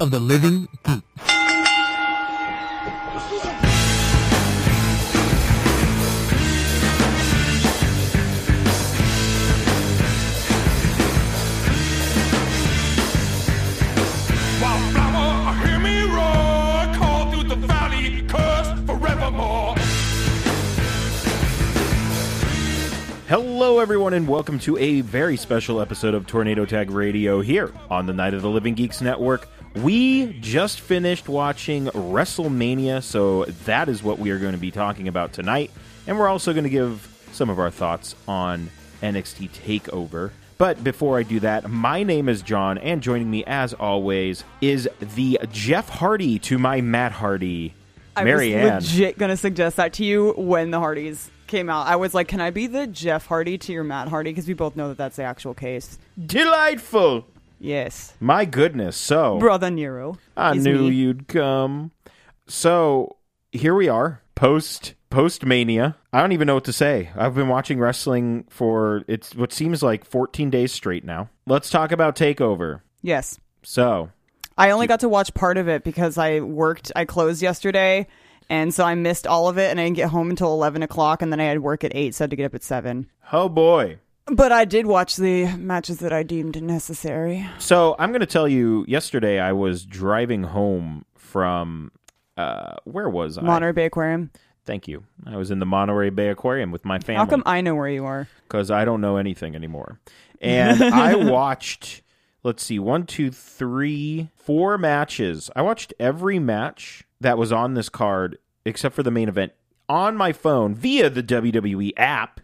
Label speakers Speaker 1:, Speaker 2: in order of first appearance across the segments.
Speaker 1: of the living poop.
Speaker 2: Wildflower, hear me roar, call through the valley, cursed forevermore.
Speaker 3: Hello, everyone, and welcome to a very special episode of Tornado Tag Radio here on the Night of the Living Geeks Network. We just finished watching WrestleMania, so that is what we are going to be talking about tonight. And we're also going to give some of our thoughts on NXT TakeOver. But before I do that, my name is John, and joining me, as always, is the Jeff Hardy to my Matt Hardy,
Speaker 4: I
Speaker 3: Mary
Speaker 4: was
Speaker 3: Ann.
Speaker 4: legit gonna suggest that to you when the Hardys came out. I was like, can I be the Jeff Hardy to your Matt Hardy? Because we both know that that's the actual case.
Speaker 3: Delightful!
Speaker 4: Yes,
Speaker 3: My goodness, so.
Speaker 4: brother Nero.
Speaker 3: I
Speaker 4: is
Speaker 3: knew
Speaker 4: me.
Speaker 3: you'd come. So here we are, post post mania. I don't even know what to say. I've been watching wrestling for it's what seems like 14 days straight now. Let's talk about Takeover.
Speaker 4: Yes,
Speaker 3: So
Speaker 4: I only got to watch part of it because I worked. I closed yesterday, and so I missed all of it, and I didn't get home until eleven o'clock, and then I had work at eight, so I had to get up at seven.
Speaker 3: oh boy.
Speaker 4: But I did watch the matches that I deemed necessary.
Speaker 3: So I'm going to tell you. Yesterday I was driving home from uh where was I?
Speaker 4: Monterey Bay Aquarium.
Speaker 3: Thank you. I was in the Monterey Bay Aquarium with my family.
Speaker 4: How come I know where you are?
Speaker 3: because I don't know anything anymore. And I watched, let's see, one, two, three, four matches. I watched every match that was on this card except for the main event on my phone via the WWE app.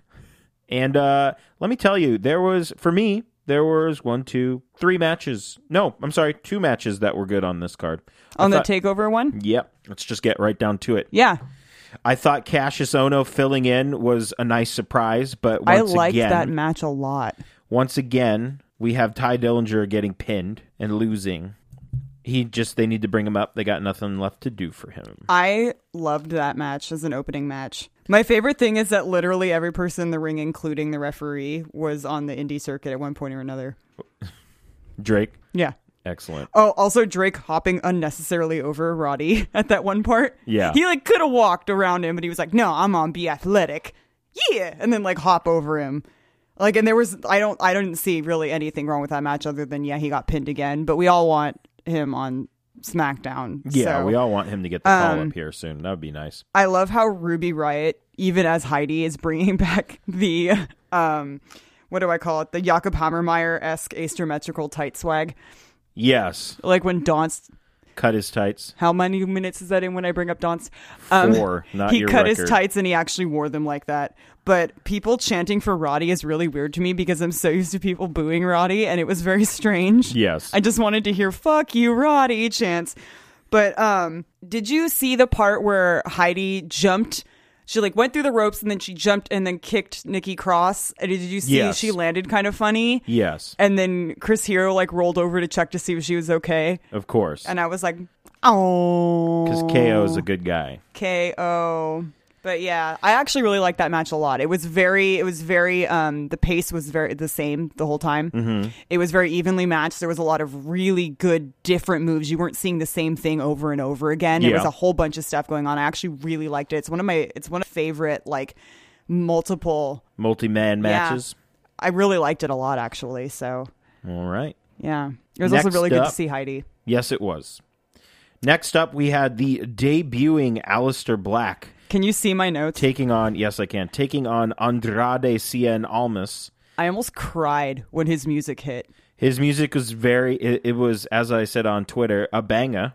Speaker 3: And uh, let me tell you, there was, for me, there was one, two, three matches. No, I'm sorry, two matches that were good on this card. I
Speaker 4: On the
Speaker 3: thought-
Speaker 4: takeover one?
Speaker 3: Yep. Let's just get right down to it.
Speaker 4: Yeah,
Speaker 3: I thought Cassius Ono filling in was a nice surprise, but
Speaker 4: I
Speaker 3: once
Speaker 4: liked
Speaker 3: again,
Speaker 4: that match a lot.
Speaker 3: once again, we have Ty Dillinger getting pinned and losing. He just they need to bring him up. They got nothing left to do for him.
Speaker 4: I loved that match as an opening match. My favorite thing is that literally every person in the ring, including the referee, was on the indie circuit at one point or another.
Speaker 3: Drake,
Speaker 4: Yeah.
Speaker 3: excellent.
Speaker 4: Oh, also Drake hopping unnecessarily over Roddy at that one part.
Speaker 3: Yeah.
Speaker 4: He like could have walked around him, but he was like, "No, I'm on be athletic." Yeah, and then like hop over him. Like and there was I don't I didn't see really anything wrong with that match other than yeah, he got pinned again, but we all want him on SmackDown.
Speaker 3: Yeah,
Speaker 4: so.
Speaker 3: we all want him to get the call
Speaker 4: um,
Speaker 3: up here soon. That would be nice.
Speaker 4: I love how Ruby Riot, even as Heidi, is bringing back the um, what do I call it? The Jakob Hammermeyer esque asymmetrical tight swag.
Speaker 3: Yes,
Speaker 4: Like when Donst,
Speaker 3: cut his tights.
Speaker 4: how many minutes is that in when I bring up Donst?
Speaker 3: Four, not
Speaker 4: he
Speaker 3: your
Speaker 4: cut his
Speaker 3: record.
Speaker 4: tights and he actually wore them like that. But people chanting for Roddy is really weird to me because I'm so used to people booing Roddy, and it was very strange.
Speaker 3: Yes.
Speaker 4: I just wanted to hear "fuck you, Roddy" chants. But um, did you see the part where Heidi jumped? She like went through the ropes and then she jumped and then kicked Nikki Cross. And did you see
Speaker 3: Yes.
Speaker 4: she landed kind of funny?
Speaker 3: yes,
Speaker 4: And then Chris Hero like rolled over to check to see if she was okay.
Speaker 3: of course.
Speaker 4: And I was like, oh,
Speaker 3: Because KO is a good guy.
Speaker 4: KO. But yeah, I actually really liked that match a lot. It was very, it was very, um, the pace was very the same the whole time. Mm-hmm. It was very evenly matched. There was a lot of really good different moves. You weren't seeing the same thing over and over again. There was
Speaker 3: Yeah.
Speaker 4: a whole bunch of stuff going on. I actually really liked it. It's one of my, it's one of my favorite like multiple.
Speaker 3: Multi man
Speaker 4: yeah.
Speaker 3: matches.
Speaker 4: I really liked it a lot actually. So
Speaker 3: All right.
Speaker 4: yeah, it was
Speaker 3: Next
Speaker 4: also really good
Speaker 3: up-
Speaker 4: to see Heidi.
Speaker 3: Yes, it was. Next up, we had the debuting Alistair Black
Speaker 4: Can you see my notes?
Speaker 3: taking on. Yes, I can. Taking on Andrade Cien Almas.
Speaker 4: I almost cried when his music hit.
Speaker 3: His music was very. It, it was, as I said on Twitter, a banger.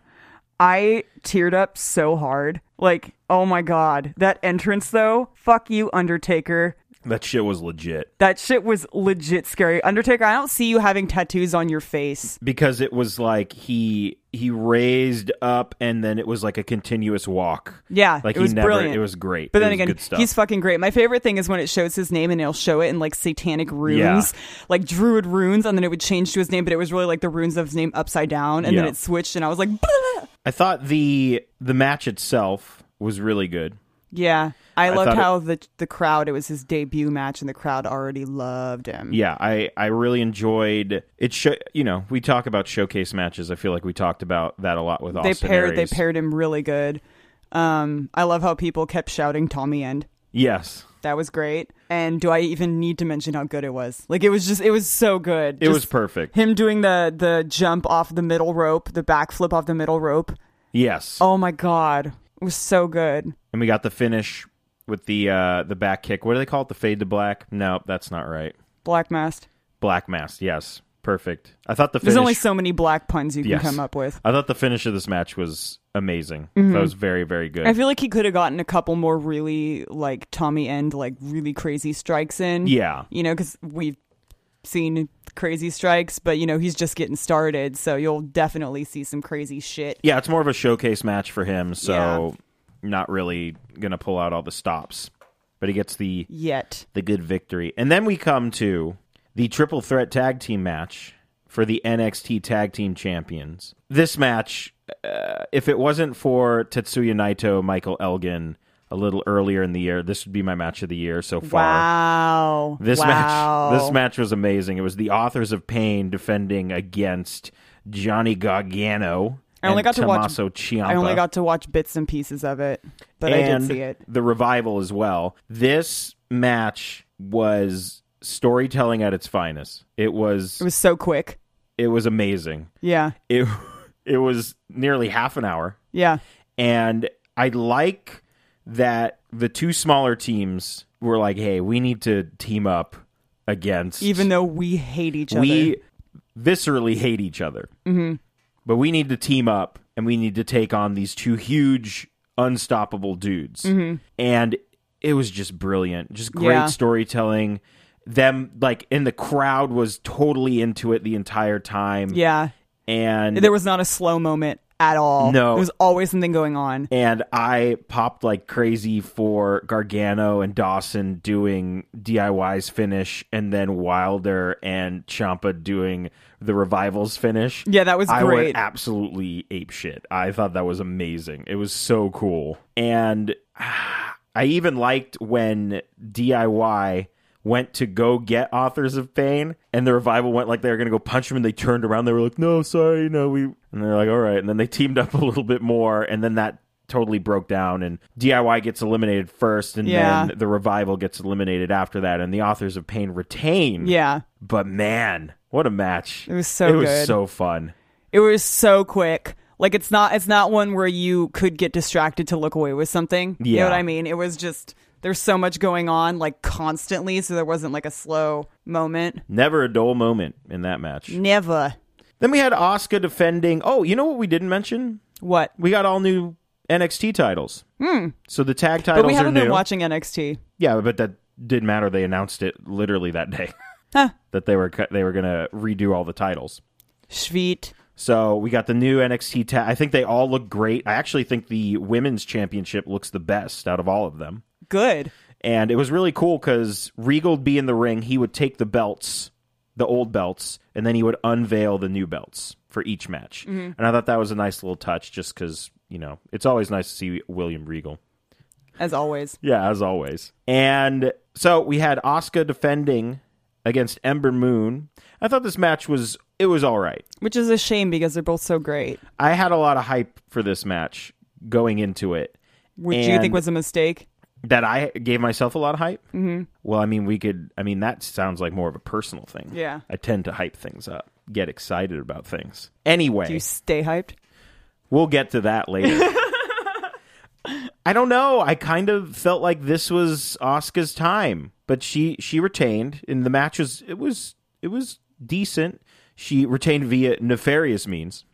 Speaker 4: I teared up so hard. Like, oh my god. That entrance though, fuck you, Undertaker.
Speaker 3: That shit was legit
Speaker 4: That shit was legit scary. Undertaker, I don't see you having tattoos on your face.
Speaker 3: because it was like he he raised up and then it was like a continuous walk.
Speaker 4: Yeah,
Speaker 3: like
Speaker 4: it
Speaker 3: he
Speaker 4: was
Speaker 3: never.
Speaker 4: brilliant.
Speaker 3: It was great.
Speaker 4: But
Speaker 3: It
Speaker 4: then
Speaker 3: was
Speaker 4: again,
Speaker 3: good stuff.
Speaker 4: he's fucking great. My favorite thing is when it shows his name and it'll show it in like satanic runes, like druid runes, and then it would change to his name, but it was really like the runes of his name upside down, and
Speaker 3: Yeah.
Speaker 4: then it switched, and I was like,
Speaker 3: I thought the the match itself was really good.
Speaker 4: Yeah,
Speaker 3: I
Speaker 4: I, loved
Speaker 3: thought it-
Speaker 4: how the the crowd. It was his debut match, and the crowd already loved him.
Speaker 3: Yeah, I, I really enjoyed it. Sho- you know, we talk about showcase matches. I feel like we talked about that a lot with
Speaker 4: they
Speaker 3: Austin.
Speaker 4: paired
Speaker 3: Aries.
Speaker 4: they paired him really good. Um, I love how people kept shouting Tommy End.
Speaker 3: Yes,
Speaker 4: That was great. And do I even need to mention how good it was? Like it was just it was so good.
Speaker 3: it was
Speaker 4: Just
Speaker 3: perfect.
Speaker 4: Him doing the the jump off the middle rope, the backflip off the middle rope.
Speaker 3: Yes,
Speaker 4: Oh my god, it was so good.
Speaker 3: and we got the finish with the uh, the back kick. What do they call it? The fade to black? No, that's not right.
Speaker 4: Black mask.
Speaker 3: Black mask. Yes, perfect. I thought the finish.
Speaker 4: There's only so many black puns you can
Speaker 3: Yes.
Speaker 4: come up with.
Speaker 3: I thought the finish of this match was amazing. That was very very good.
Speaker 4: Mm-hmm. I feel like he could have gotten a couple more really like Tommy End like really crazy strikes in.
Speaker 3: yeah,
Speaker 4: you know, because we've seen crazy strikes, but you know he's just getting started, so you'll definitely see some crazy shit.
Speaker 3: yeah. It's more of a showcase match for him, so
Speaker 4: Yeah.
Speaker 3: not really gonna pull out all the stops. But he gets the
Speaker 4: Yet,
Speaker 3: the good victory. And then we come to the triple threat tag team match for the NXT Tag Team Champions. This match, uh, if it wasn't for Tetsuya Naito, Michael Elgin a little earlier in the year, this would be my match of the year so far.
Speaker 4: wow,
Speaker 3: This
Speaker 4: wow.
Speaker 3: match, this match was amazing. It was the authors of pain defending against Johnny Gargano.
Speaker 4: I only
Speaker 3: and
Speaker 4: got to watch-
Speaker 3: Tommaso Ciampa
Speaker 4: I only got to watch bits and pieces of it, but I
Speaker 3: and
Speaker 4: did see it.
Speaker 3: the revival as well. This match was storytelling at its finest. It was
Speaker 4: It was so quick.
Speaker 3: it was amazing.
Speaker 4: Yeah,
Speaker 3: It it was nearly half an hour,
Speaker 4: yeah,
Speaker 3: and I like that the two smaller teams were like, "Hey, we need to team up against
Speaker 4: even though we hate each
Speaker 3: we
Speaker 4: other.
Speaker 3: viscerally hate each other. Mm-hmm. But we need to team up and we need to take on these two huge, unstoppable dudes. And it was just brilliant. Just great
Speaker 4: Mm-hmm. Yeah.
Speaker 3: storytelling. Them, like, and the crowd was totally into it the entire time.
Speaker 4: Yeah,
Speaker 3: And
Speaker 4: there was not a slow moment at all.
Speaker 3: No.
Speaker 4: there was always something going on.
Speaker 3: and I popped like crazy for Gargano and Dawson doing DIY's finish, and then Wilder and Champa doing the revivals finish.
Speaker 4: Yeah, that was
Speaker 3: I
Speaker 4: great.
Speaker 3: went absolutely ape shit. I thought that was amazing. It was so cool, and ah, I even liked when DIY went to go get authors of pain and the revival went like they were going to go punch him and they turned around they were like no sorry no we and they're like all right and then they teamed up a little bit more and then that totally broke down and DIY gets eliminated first and
Speaker 4: Yeah.
Speaker 3: then the revival gets eliminated after that and the authors of pain retain
Speaker 4: Yeah,
Speaker 3: but man what a match it
Speaker 4: was so
Speaker 3: it was
Speaker 4: good.
Speaker 3: so fun
Speaker 4: It was so quick. Like it's not it's not one where you could get distracted to look away with something. You
Speaker 3: Yeah.
Speaker 4: know what I mean? It was just there's so much going on like constantly, so there wasn't like a slow moment.
Speaker 3: never a dull moment in that match
Speaker 4: Never.
Speaker 3: then we had Oscar defending oh you know what we didn't mention
Speaker 4: What?
Speaker 3: we got all new NXT titles so the tag titles
Speaker 4: Hmm. But we
Speaker 3: are
Speaker 4: haven't
Speaker 3: new
Speaker 4: been watching NXT.
Speaker 3: Yeah, but that didn't matter. They announced it literally that day
Speaker 4: Huh.
Speaker 3: that they were cut- they were gonna redo all the titles.
Speaker 4: Schweet.
Speaker 3: So we got the new NXT. Ta- I think they all look great. I actually think the women's championship looks the best out of all of them.
Speaker 4: Good.
Speaker 3: And it was really cool because Regal would be in the ring. He would take the belts, the old belts, and then he would unveil the new belts for each match.
Speaker 4: Mm-hmm.
Speaker 3: And I thought that was a nice little touch, just because you know it's always nice to see William Regal.
Speaker 4: As always.
Speaker 3: Yeah, as always. And so we had Oscar defending against Ember Moon. I thought this match was it was all right.
Speaker 4: Which is a shame because they're both so great.
Speaker 3: I had a lot of hype for this match going into it.
Speaker 4: Which do you
Speaker 3: And-
Speaker 4: think was a mistake?
Speaker 3: That I gave myself a lot of hype. Mm-hmm. Well, I mean, we could. I mean, that sounds like more of a personal thing.
Speaker 4: Yeah.
Speaker 3: I tend to hype things up, get excited about things. Anyway,
Speaker 4: Do you stay hyped?
Speaker 3: We'll get to that later. I don't know. I kind of felt like this was Oscar's time, but she she retained in the match was it was it was decent. She retained via nefarious means.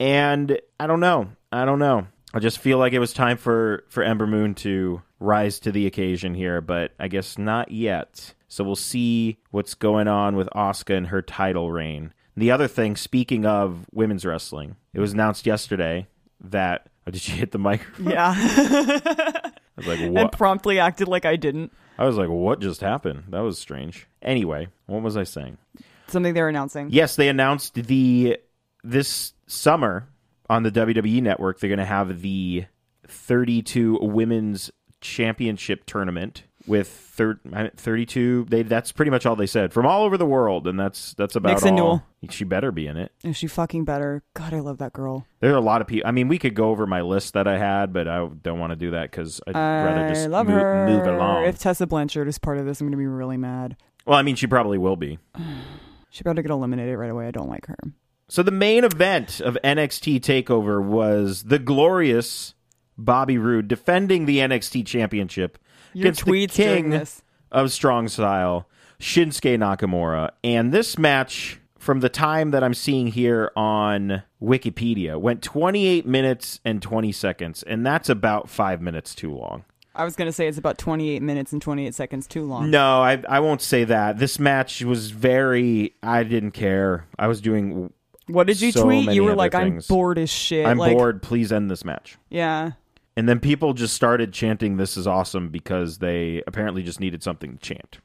Speaker 3: And I don't know. I don't know. I just feel like it was time for for Ember Moon to rise to the occasion here, but I guess not yet. So we'll see what's going on with Asuka and her title reign. The other thing, speaking of women's wrestling, it was announced yesterday that oh, did you hit the microphone?
Speaker 4: Yeah.
Speaker 3: I was like,
Speaker 4: and
Speaker 3: what?
Speaker 4: promptly acted like I didn't.
Speaker 3: I was like, what just happened? That was strange. Anyway, what was I saying?
Speaker 4: Something they're announcing.
Speaker 3: Yes, they announced E the this summer on the WWE network they're going to have the 32 women's championship tournament with thir- I- 32 they that's pretty much all they said from all over the world and that's that's about
Speaker 4: Nixon
Speaker 3: all she better be in it
Speaker 4: Is she fucking better? God, I love that girl.
Speaker 3: there are a lot of people i mean we could go over my list that i had but i don't want to do that because i'd rather
Speaker 4: I
Speaker 3: just
Speaker 4: love
Speaker 3: move,
Speaker 4: her.
Speaker 3: move along
Speaker 4: If Tessa Blanchard is part of this, I'm going to be really mad.
Speaker 3: well i mean she probably will be
Speaker 4: She better get eliminated right away. I don't like her.
Speaker 3: So the main event of NXT Takeover was the glorious Bobby Roode defending the NXT Championship
Speaker 4: Your
Speaker 3: against the
Speaker 4: tweets
Speaker 3: king
Speaker 4: during this.
Speaker 3: of strong style, Shinsuke Nakamura. And this match, from the time that I'm seeing here on Wikipedia, went 28 minutes and 20 seconds, and that's about five minutes too long.
Speaker 4: I was going to say it's about 28 minutes and 28 seconds too long.
Speaker 3: No, I I won't say that. This match was very. I didn't care. I was doing.
Speaker 4: What did you
Speaker 3: So
Speaker 4: tweet?
Speaker 3: many
Speaker 4: You were
Speaker 3: other
Speaker 4: like,
Speaker 3: things.
Speaker 4: I'm bored as shit.
Speaker 3: I'm
Speaker 4: like,
Speaker 3: bored. Please end this match.
Speaker 4: Yeah.
Speaker 3: And then people just started chanting, This is awesome, because they apparently just needed something to chant.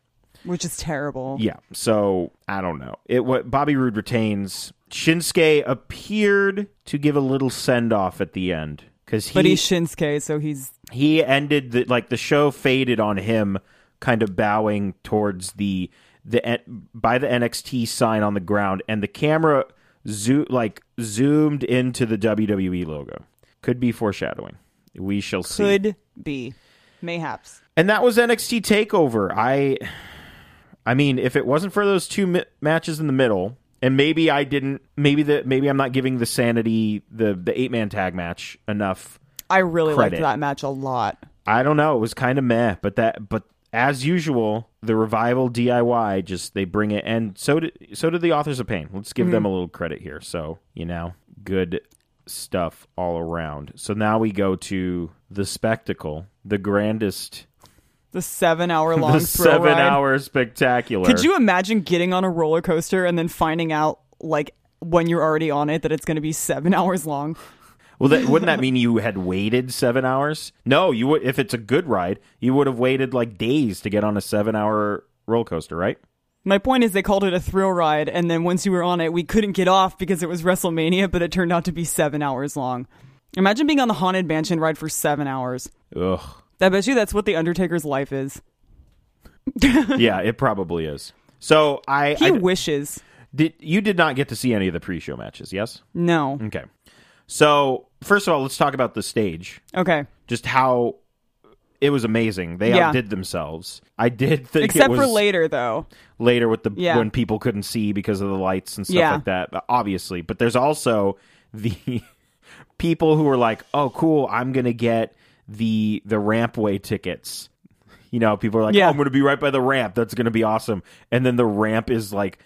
Speaker 4: Which is terrible.
Speaker 3: Yeah. So I don't know. It what Bobby Roode retains. Shinsuke appeared to give a little send off at the end. Because
Speaker 4: But
Speaker 3: he
Speaker 4: he's Shinsuke, so he's
Speaker 3: he ended the like the show faded on him kind of bowing towards the the N- by the NXT sign on the ground and the camera zo- like zoomed into the WWE logo. Could be foreshadowing. We shall see.
Speaker 4: could be, mayhaps.
Speaker 3: And that was NXT Takeover. I, I mean, if it wasn't for those two mi- matches in the middle, and maybe I didn't, maybe the maybe I'm not giving the sanity the the eight man tag match enough.
Speaker 4: I really
Speaker 3: Credit.
Speaker 4: liked that match a lot.
Speaker 3: I don't know. It was kind of meh, but that but as usual, the revival DIY just they bring it, and so did so did the authors of pain. Let's give them a little credit here. So you know, good stuff all around. So now we go to the spectacle, the grandest
Speaker 4: The seven hour long
Speaker 3: the
Speaker 4: thrill
Speaker 3: seven
Speaker 4: ride.
Speaker 3: hour spectacular.
Speaker 4: Could you imagine getting on a roller coaster and then finding out, like, when you're already on it, that it's going to be seven hours long?
Speaker 3: Well, that, wouldn't that mean you had waited seven hours? No, you would. If it's a good ride, you would have waited like days to get on a seven hour roller coaster, right?
Speaker 4: My point is, they called it a thrill ride, and then once you were on it, we couldn't get off because it was WrestleMania, but it turned out to be seven hours long. Imagine being on the Haunted Mansion ride for seven hours.
Speaker 3: Ugh.
Speaker 4: I bet you that's what The Undertaker's life is.
Speaker 3: yeah, it probably is. So I,
Speaker 4: He
Speaker 3: I-
Speaker 4: wishes.
Speaker 3: did. You did not get to see any of the pre-show matches, yes?
Speaker 4: No.
Speaker 3: Okay. So first of all, let's talk about the stage.
Speaker 4: Okay.
Speaker 3: Just how it was amazing. They
Speaker 4: Yeah.
Speaker 3: outdid themselves. I did think
Speaker 4: Except
Speaker 3: it was
Speaker 4: for later, though.
Speaker 3: later with the
Speaker 4: Yeah.
Speaker 3: when people couldn't see because of the lights and stuff
Speaker 4: Yeah.
Speaker 3: like that obviously but there's also the people who are like oh cool i'm gonna get the the rampway tickets you know people are like
Speaker 4: Yeah.
Speaker 3: oh, i'm gonna be right by the ramp that's gonna be awesome and then the ramp is like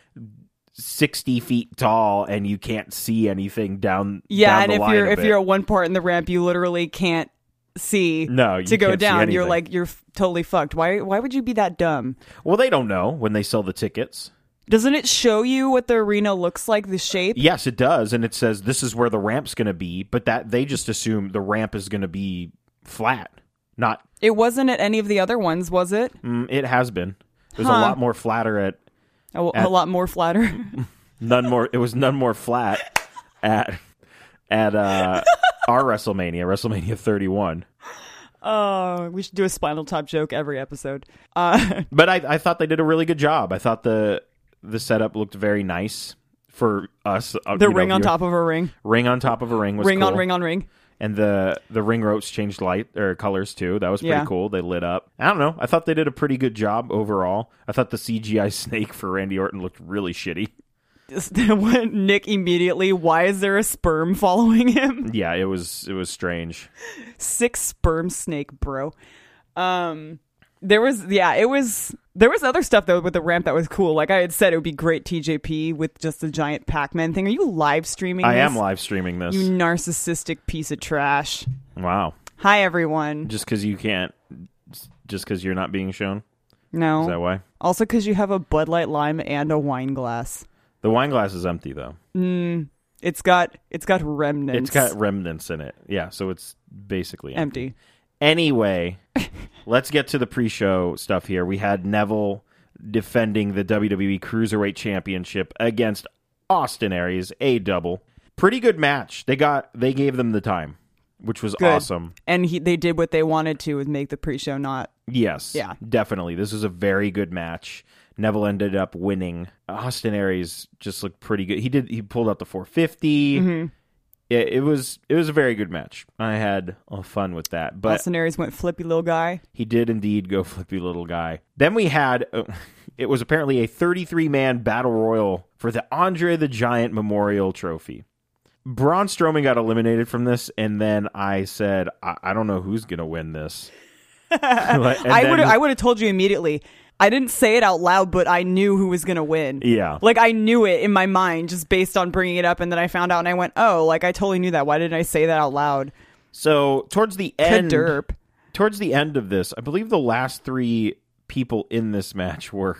Speaker 3: 60 feet tall and you can't see anything down
Speaker 4: Yeah,
Speaker 3: down
Speaker 4: and
Speaker 3: the
Speaker 4: if
Speaker 3: line
Speaker 4: you're
Speaker 3: a
Speaker 4: if
Speaker 3: bit.
Speaker 4: you're at one part in the ramp, you literally can't see
Speaker 3: No, you
Speaker 4: to go
Speaker 3: can't see
Speaker 4: down. You're
Speaker 3: anything.
Speaker 4: like you're f- totally fucked. Why why would you be that dumb?
Speaker 3: well they don't know when they sell the tickets
Speaker 4: Doesn't it show you what the arena looks like, the shape?
Speaker 3: Yes, it does, and it says this is where the ramp's going to be, but that they just assume the ramp is going to be flat. Not
Speaker 4: It wasn't at any of the other ones, was it?
Speaker 3: mm, it has been. It was a
Speaker 4: Huh.
Speaker 3: lot more flatter at
Speaker 4: A, a
Speaker 3: At-
Speaker 4: lot more flatter.
Speaker 3: none more. It was none more flat at at uh, our WrestleMania, WrestleMania 31.
Speaker 4: Oh, we should do a Spinal Tap joke every episode. Uh,
Speaker 3: But I, I thought they did a really good job. I thought the the setup looked very nice for us. uh,
Speaker 4: the
Speaker 3: you know,
Speaker 4: ring on
Speaker 3: viewer-
Speaker 4: top of a ring,
Speaker 3: ring on top of a ring was
Speaker 4: ring on
Speaker 3: cool.
Speaker 4: ring on ring.
Speaker 3: and the the ring ropes changed light or colors too. That was pretty
Speaker 4: Yeah.
Speaker 3: cool. They lit up. I don't know. I thought they did a pretty good job overall. I thought the CGI snake for Randy Orton looked really shitty.
Speaker 4: Just- Nick immediately. Why is there a sperm following him?
Speaker 3: Yeah, it was it was strange.
Speaker 4: Six sperm snake, bro. Um, there was yeah, it was. There was other stuff though with the ramp that was cool. Like I had said, it would be great TJP with just the giant Pac-Man thing. Are you live streaming?
Speaker 3: I
Speaker 4: this?
Speaker 3: am live streaming this.
Speaker 4: You narcissistic piece of trash.
Speaker 3: wow.
Speaker 4: Hi everyone.
Speaker 3: Just cuz you can't just cuz you're not being shown. Is that
Speaker 4: No.
Speaker 3: why?
Speaker 4: Also cuz you have a Bud Light lime and a wine glass.
Speaker 3: The wine glass is empty though.
Speaker 4: It's got it's got
Speaker 3: It's
Speaker 4: remnants.
Speaker 3: got remnants in it. Yeah, so it's basically empty.
Speaker 4: empty.
Speaker 3: Anyway, let's get to the pre-show stuff here. We had Neville defending the WWE Cruiserweight Championship against Austin Aries, a double. Pretty good match. They got they gave them the time. which was
Speaker 4: Good.
Speaker 3: awesome.
Speaker 4: And he, they did what they wanted to with make the pre-show not.
Speaker 3: Yes.
Speaker 4: Yeah.
Speaker 3: Definitely. This was a very good match. Neville ended up winning. Austin Aries just looked pretty good. He did he pulled out the 450.
Speaker 4: Mm-hmm.
Speaker 3: It, it was it was a very good match. I had uh, fun with that. But
Speaker 4: Austin Aries went flippy little guy.
Speaker 3: he did indeed go flippy little guy. Then we had uh, it was apparently a 33 man battle royal for the Andre the Giant Memorial Trophy. Braun Strowman got eliminated from this, and then I said, I, I don't know who's gonna win this.
Speaker 4: I would I would have told you immediately. I didn't say it out loud, but I knew who was gonna win.
Speaker 3: Yeah.
Speaker 4: like I knew it in my mind just based on bringing it up, and then I found out, and I went, "Oh, like I totally knew that. Why didn't I say that out loud?"
Speaker 3: so towards the end,
Speaker 4: Derp.
Speaker 3: towards the end of this, I believe the last three people in this match were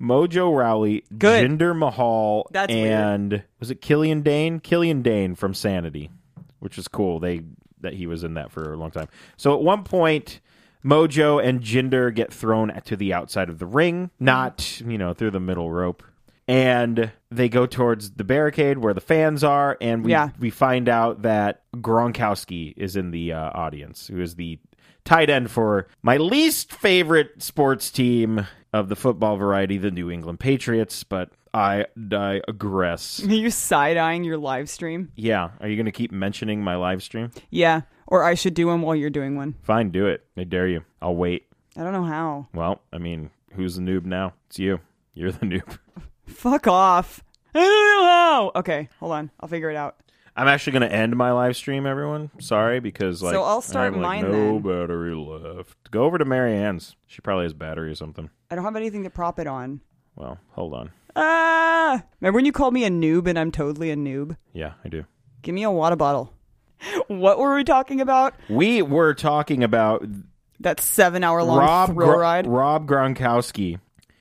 Speaker 3: Mojo Rowley,
Speaker 4: Good.
Speaker 3: Jinder Mahal,
Speaker 4: That's weird.
Speaker 3: and was it Killian Dane? Killian Dane from Sanity, which was cool. They that he was in that for a long time. So at one point, Mojo and Jinder get thrown to the outside of the ring, not you know through the middle rope. And they go towards the barricade where the fans are, and we
Speaker 4: Yeah.
Speaker 3: we find out that Gronkowski is in the uh, audience, who is the tight end for my least favorite sports team of the football variety, the New England Patriots. But I digress.
Speaker 4: Are you side eyeing your live stream?
Speaker 3: yeah, are you going to keep mentioning my live stream?
Speaker 4: Yeah, or I should do one while you're doing one.
Speaker 3: Fine, do it. I dare you. I'll wait.
Speaker 4: I don't know how.
Speaker 3: Well, I mean, who's the noob now? It's you. You're the noob.
Speaker 4: Fuck off. I don't know how. Okay, hold on. I'll figure it out.
Speaker 3: I'm actually going to end my live stream, everyone. Sorry, because like
Speaker 4: I'll start
Speaker 3: I'm, like,
Speaker 4: mine
Speaker 3: No
Speaker 4: then.
Speaker 3: battery left. Go over to Mary Ann's. She probably has battery or something.
Speaker 4: I don't have anything to prop it on.
Speaker 3: Well, hold on.
Speaker 4: Ah! Remember when you called me a noob and I'm totally a noob?
Speaker 3: Yeah, I do.
Speaker 4: Give me a water bottle. What were we talking about?
Speaker 3: We were talking about
Speaker 4: That seven hour long
Speaker 3: Rob
Speaker 4: thrill
Speaker 3: Gro-
Speaker 4: ride.
Speaker 3: Rob Gronkowski.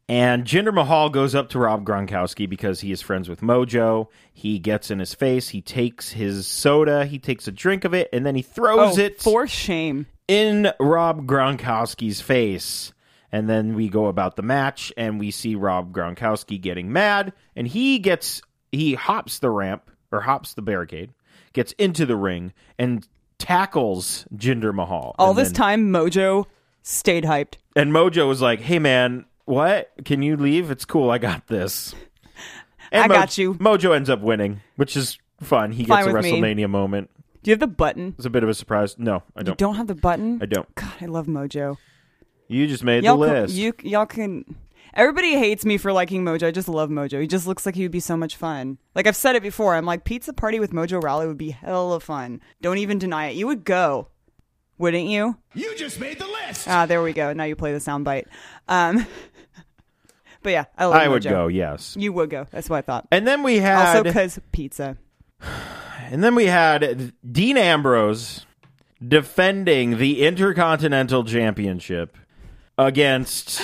Speaker 3: And Jinder Mahal goes up to Rob Gronkowski because he is friends with Mojo. He gets in his face. He takes his soda. He takes a drink of it, and then he throws
Speaker 4: oh,
Speaker 3: it
Speaker 4: for shame.
Speaker 3: in Rob Gronkowski's face. And then we go about the match, and we see Rob Gronkowski getting mad, and he gets he hops the ramp or hops the barricade, gets into the ring, and tackles Jinder Mahal.
Speaker 4: All
Speaker 3: And
Speaker 4: this
Speaker 3: then-
Speaker 4: time, Mojo stayed hyped.
Speaker 3: and Mojo was like, "Hey man, what? Can you leave? It's cool. I got this." And
Speaker 4: I got you.
Speaker 3: Mojo ends up winning, which is fun. He
Speaker 4: Fine
Speaker 3: gets a
Speaker 4: with me.
Speaker 3: WrestMania moment.
Speaker 4: Do you have the button?
Speaker 3: It's a bit of a surprise. No, I
Speaker 4: You
Speaker 3: don't.
Speaker 4: don't have the button?
Speaker 3: I don't.
Speaker 4: God, I love Mojo.
Speaker 3: You just made
Speaker 4: Y'all,
Speaker 3: the
Speaker 4: co-
Speaker 3: list.
Speaker 4: you y'all can. Everybody hates me for liking Mojo. I just love Mojo. He just looks like he would be so much fun. Like I've said it before, I'm like pizza party with Mojo Raleigh would be hella fun. Don't even deny it. You would go, wouldn't you?
Speaker 2: You just made the list.
Speaker 4: Ah, there we go. Now you play the soundbite. Um, but yeah, I, love
Speaker 3: I would
Speaker 4: Mojo.
Speaker 3: go. Yes.
Speaker 4: You would go. That's what I thought.
Speaker 3: And then we
Speaker 4: Also,
Speaker 3: had
Speaker 4: because pizza.
Speaker 3: and then we had Dean Ambrose defending the Intercontinental Championship against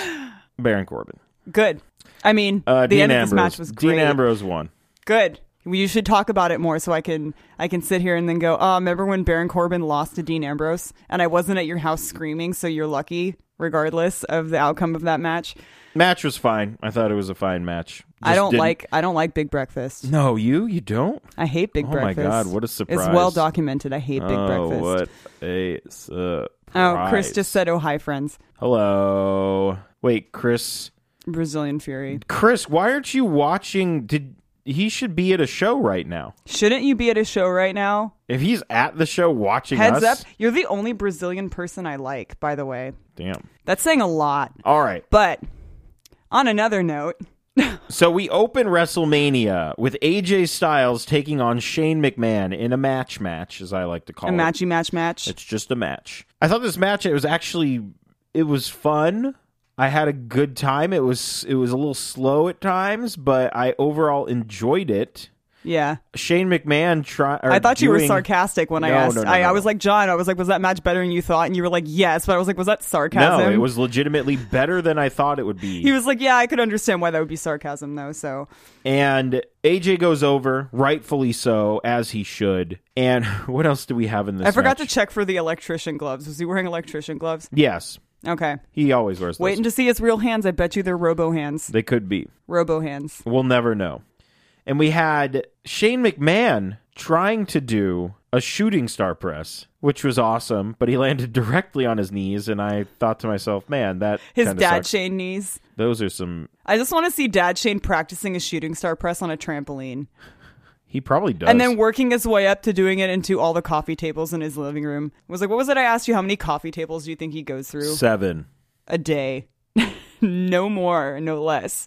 Speaker 3: Baron Corbin.
Speaker 4: Good. I mean,
Speaker 3: Uh,
Speaker 4: the
Speaker 3: Dean
Speaker 4: end
Speaker 3: Ambrose.
Speaker 4: of this match was great.
Speaker 3: Dean Ambrose won.
Speaker 4: Good. You should talk about it more so I can I can sit here and then go, oh, remember when Baron Corbin lost to Dean Ambrose and I wasn't at your house screaming, so you're lucky, regardless of the outcome of that match.
Speaker 3: Match was fine. I thought it was a fine match.
Speaker 4: I
Speaker 3: Just
Speaker 4: don't
Speaker 3: didn't-
Speaker 4: like I don't like Big Breakfast.
Speaker 3: No, you you don't.
Speaker 4: I hate Big
Speaker 3: Oh my
Speaker 4: Breakfast.
Speaker 3: God, what a surprise. Oh,
Speaker 4: It's well documented. I hate Big Breakfast.
Speaker 3: What a surprise.
Speaker 4: Oh, Chris just said, Oh hi friends.
Speaker 3: Hello. Wait, Chris.
Speaker 4: Brazilian Fury.
Speaker 3: Chris, why aren't you watching? Did he should be at a show right now?
Speaker 4: Shouldn't you be at a show right now?
Speaker 3: If he's at the show watching
Speaker 4: Heads
Speaker 3: us,
Speaker 4: up, you're the only Brazilian person I like, by the way.
Speaker 3: damn.
Speaker 4: That's saying a lot.
Speaker 3: All right.
Speaker 4: But on another note,
Speaker 3: So we open WrestleMania with AJ Styles taking on Shane McMahon in a match match, as I like to call
Speaker 4: a
Speaker 3: it.
Speaker 4: matchy match match.
Speaker 3: It's just a match. I thought this match it was actually it was fun. I had a good time. It was it was a little slow at times, but I overall enjoyed it.
Speaker 4: Yeah.
Speaker 3: Shane McMahon try. or
Speaker 4: I thought you were
Speaker 3: doing-
Speaker 4: sarcastic when I
Speaker 3: No,
Speaker 4: asked.
Speaker 3: no, no,
Speaker 4: I,
Speaker 3: no,
Speaker 4: I was
Speaker 3: no.
Speaker 4: like, John, I was like, was that match better than you thought? And you were like, yes. But I was like, was that sarcasm?
Speaker 3: No, it was legitimately better than I thought it would be.
Speaker 4: He was like, yeah, I could understand why that would be sarcasm, though. So
Speaker 3: and AJ goes over, rightfully so, as he should. And what else do we have in this?
Speaker 4: I forgot
Speaker 3: match?
Speaker 4: to check for the electrician gloves. Was he wearing electrician gloves?
Speaker 3: Yes,
Speaker 4: Okay.
Speaker 3: he always wears.
Speaker 4: Waiting
Speaker 3: those.
Speaker 4: to see his real hands. I bet you they're robo hands.
Speaker 3: they could be.
Speaker 4: Robo hands.
Speaker 3: We'll never know. And we had Shane McMahon trying to do a shooting star press, which was awesome, but he landed directly on his knees, and I thought to myself, man, that
Speaker 4: His
Speaker 3: kinda
Speaker 4: dad
Speaker 3: sucks.
Speaker 4: chain knees.
Speaker 3: Those are some.
Speaker 4: I just want to see Dad Shane practicing a shooting star press on a trampoline
Speaker 3: He probably does.
Speaker 4: and then working his way up to doing it into all the coffee tables in his living room. I was like, what was it I asked you? How many coffee tables do you think he goes through
Speaker 3: seven.
Speaker 4: a day? no more, no less.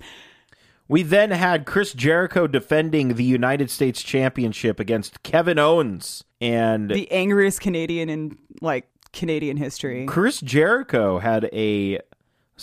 Speaker 3: We then had Chris Jericho defending the United States Championship against Kevin Owens, and
Speaker 4: The angriest Canadian in like Canadian history.
Speaker 3: Chris Jericho had a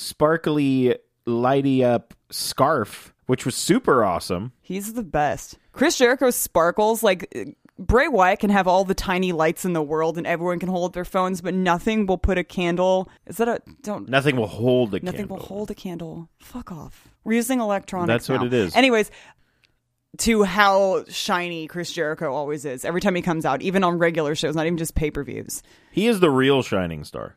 Speaker 3: sparkly, lighty up scarf, which was super awesome.
Speaker 4: He's the best. Chris Jericho sparkles like Bray Wyatt can have all the tiny lights in the world and everyone can hold their phones, but nothing will put a candle. Is that a don't
Speaker 3: Nothing will hold a
Speaker 4: Nothing
Speaker 3: candle.
Speaker 4: will hold a candle. Fuck off. We're using electronics.
Speaker 3: That's what
Speaker 4: now.
Speaker 3: it is.
Speaker 4: Anyways, to how shiny Chris Jericho always is every time he comes out, even on regular shows, not even just pay per views.
Speaker 3: He is the real shining star.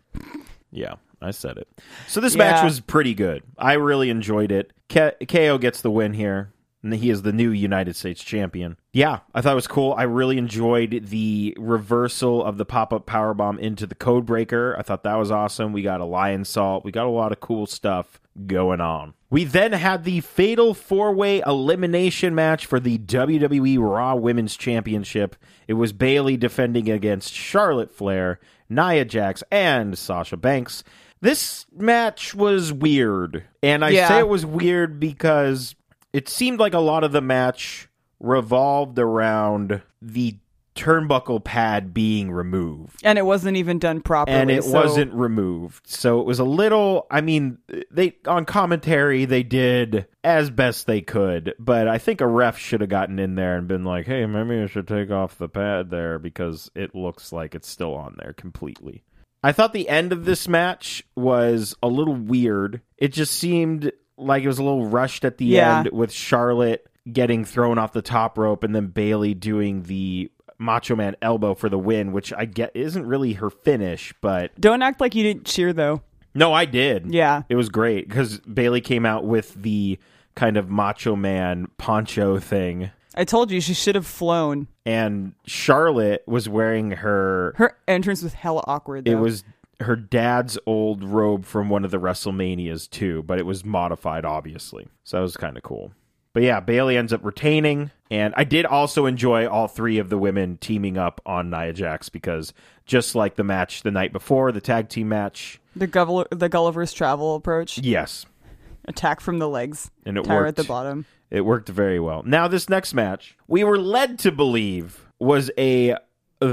Speaker 3: Yeah, I said it. So this
Speaker 4: Yeah.
Speaker 3: match was pretty good. I really enjoyed it. K- KO gets the win here. And he is the new United States champion. Yeah, I thought it was cool. I really enjoyed the reversal of the pop up power bomb into the code breaker. I thought that was awesome. We got a lion salt. We got a lot of cool stuff going on. We then had the fatal four way elimination match for the WWE Raw Women's Championship. It was Bailey defending against Charlotte Flair, Nia Jax, and Sasha Banks. This match was weird. And I
Speaker 4: Yeah.
Speaker 3: say it was weird because it seemed like a lot of the match revolved around the turnbuckle pad being removed
Speaker 4: And it wasn't even done properly.
Speaker 3: and it
Speaker 4: so-
Speaker 3: wasn't removed. So it was a little. I mean, they on commentary they did as best they could, but I think a ref should have gotten in there and been like, "Hey, maybe I should take off the pad there because it looks like it's still on there completely." I thought the end of this match was a little weird. It just seemed like it was a little rushed at the
Speaker 4: Yeah.
Speaker 3: end with Charlotte getting thrown off the top rope and then Bailey doing the Macho Man elbow for the win, which I get isn't really her finish, but
Speaker 4: Don't act like you didn't cheer though.
Speaker 3: no, I did.
Speaker 4: Yeah.
Speaker 3: It was great because Bailey came out with the kind of Macho Man poncho thing.
Speaker 4: I told you she should have flown.
Speaker 3: And Charlotte was wearing her
Speaker 4: Her entrance was hella awkward. Though.
Speaker 3: It was her dad's old robe from one of the WrestleManias too, but it was modified obviously. So that was kind of cool. But yeah, Bailey ends up retaining, and I did also enjoy all three of the women teaming up on Nia Jax because just like the match the night before, the tag team match,
Speaker 4: the Gulliver, the Gulliver's Travel approach.
Speaker 3: yes,
Speaker 4: Attack from the legs.
Speaker 3: And it
Speaker 4: Tire
Speaker 3: worked.
Speaker 4: at the bottom.
Speaker 3: It worked very well. Now, this next match, we were led to believe was a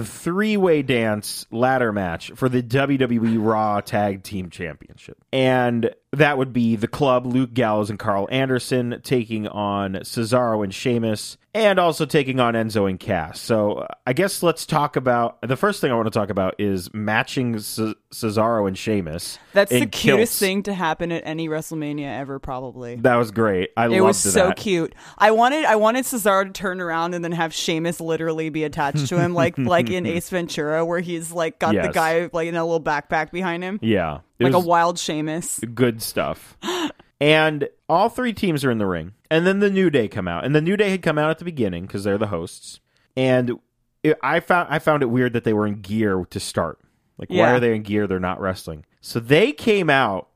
Speaker 3: three way dance ladder match for the WWE Raw Tag Team Championship. And that would be the club, Luke Gallows and Carl Anderson, taking on Cesaro and Sheamus, and also taking on Enzo and Cass. So uh, I guess let's talk about the first thing I want to talk about is matching Ce- Cesaro and Sheamus.
Speaker 4: That's the
Speaker 3: in
Speaker 4: cutest
Speaker 3: kilts.
Speaker 4: thing to happen at any WrestleMania ever, probably.
Speaker 3: That was great. I loved
Speaker 4: It was so
Speaker 3: that.
Speaker 4: cute. I wanted I wanted Cesaro to turn around and then have Sheamus literally be attached to him, like like in Ace Ventura, where he's like got the
Speaker 3: Yes.
Speaker 4: guy like in a little backpack behind him,
Speaker 3: Yeah. It
Speaker 4: like
Speaker 3: was-
Speaker 4: a wild Sheamus.
Speaker 3: good stuff. and all three teams are in the ring. And then the New Day come out. And the New Day had come out at the beginning because they're the hosts. And it, I found I found it weird that they were in gear to start. Like why
Speaker 4: Yeah.
Speaker 3: are they in gear? They're not wrestling. So they came out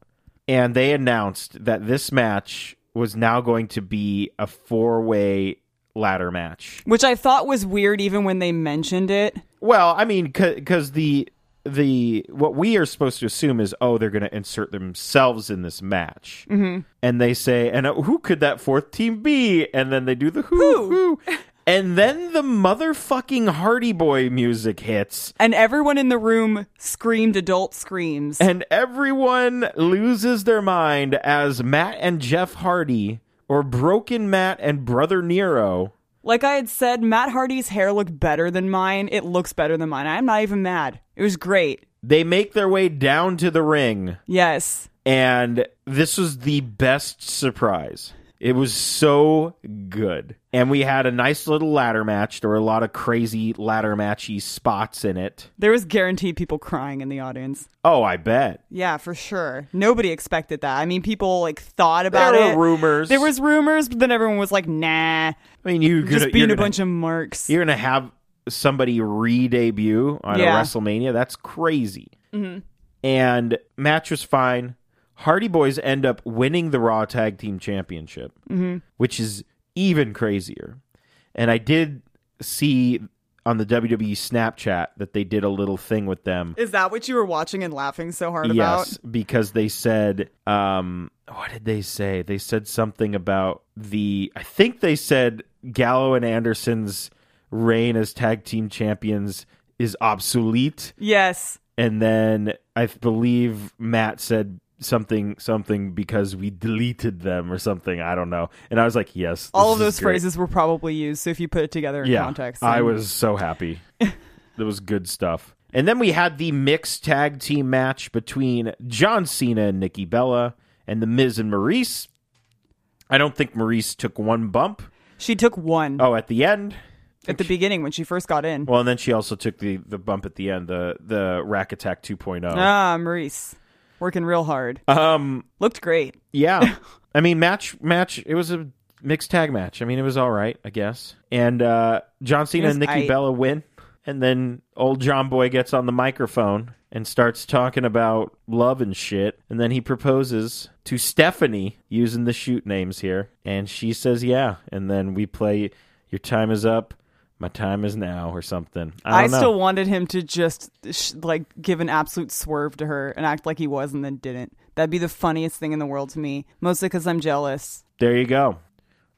Speaker 3: and they announced that this match was now going to be a four-way ladder match.
Speaker 4: Which I thought was weird, even when they mentioned it.
Speaker 3: Well, I mean, because the the what we are supposed to assume is, oh, they're going to insert themselves in this match, mm-hmm. and they say, and uh, who could that fourth team be? And then they do the who, who, and then the motherfucking Hardy Boy music hits,
Speaker 4: And everyone in the room screamed adult screams.
Speaker 3: and everyone loses their mind as Matt and Jeff Hardy, or Broken Matt and Brother Nero,
Speaker 4: Like I had said, Matt Hardy's hair looked better than mine. It looks better than mine. I'm not even mad. It was great.
Speaker 3: they make their way down to the ring.
Speaker 4: Yes.
Speaker 3: and this was the best surprise. It was so good. And we had a nice little ladder match. There were a lot of crazy ladder matchy spots in it.
Speaker 4: There was guaranteed people crying in the audience.
Speaker 3: Oh, I bet.
Speaker 4: Yeah, for sure. Nobody expected that. I mean, people like thought about
Speaker 3: There were
Speaker 4: it.
Speaker 3: rumors.
Speaker 4: There was rumors, but then everyone was like, "Nah,
Speaker 3: I mean, you
Speaker 4: just
Speaker 3: could-
Speaker 4: being
Speaker 3: you're
Speaker 4: a
Speaker 3: gonna-
Speaker 4: bunch of marks."
Speaker 3: You're gonna have somebody re-debut on
Speaker 4: Yeah. Mm-hmm.
Speaker 3: a WrestleMania. That's crazy. And match was fine. Hardy Boys end up winning the Raw Tag Team Championship,
Speaker 4: Mm-hmm.
Speaker 3: which is even crazier. And I did see on the WWE Snapchat that they did a little thing with them.
Speaker 4: Is that what you were watching and laughing so hard
Speaker 3: Yes, because they said, um, what did they say? They said something about the. I think they said Gallo and Anderson's reign as tag team champions is obsolete,
Speaker 4: Yes.
Speaker 3: and then I believe Matt said something something because we deleted them or something. I don't know. And I was like, yes, this
Speaker 4: All of
Speaker 3: is
Speaker 4: those
Speaker 3: great.
Speaker 4: phrases were probably used. So if you put it together in
Speaker 3: Yeah,
Speaker 4: context,
Speaker 3: I
Speaker 4: then-
Speaker 3: was so happy. that was good stuff. And then we had the mixed tag team match between John Cena and Nikki Bella and The Miz and Maurice. I don't think Maurice took one bump.
Speaker 4: She took one
Speaker 3: Oh, at the end.
Speaker 4: at the beginning when she first got in.
Speaker 3: Well, and then she also took the, the bump at the end, the the Rack Attack 2.0.
Speaker 4: Ah, Maurice, working real hard.
Speaker 3: um,
Speaker 4: Looked great.
Speaker 3: yeah. I mean, match match. It was a mixed tag match. I mean, it was all right, I guess. And uh, John Cena
Speaker 4: was
Speaker 3: and Nikki
Speaker 4: aight.
Speaker 3: Bella win, and then old John Boy gets on the microphone and starts talking about love and shit, and then he proposes to Stephanie using the shoot names here, and she says yeah, and then we play "Your Time Is Up." My time is now, or something. I,
Speaker 4: I,
Speaker 3: don't know.
Speaker 4: still wanted him to just sh- like give an absolute swerve to her and act like he was and then didn't. That'd be the funniest thing in the world to me, mostly because I'm jealous.
Speaker 3: There you go.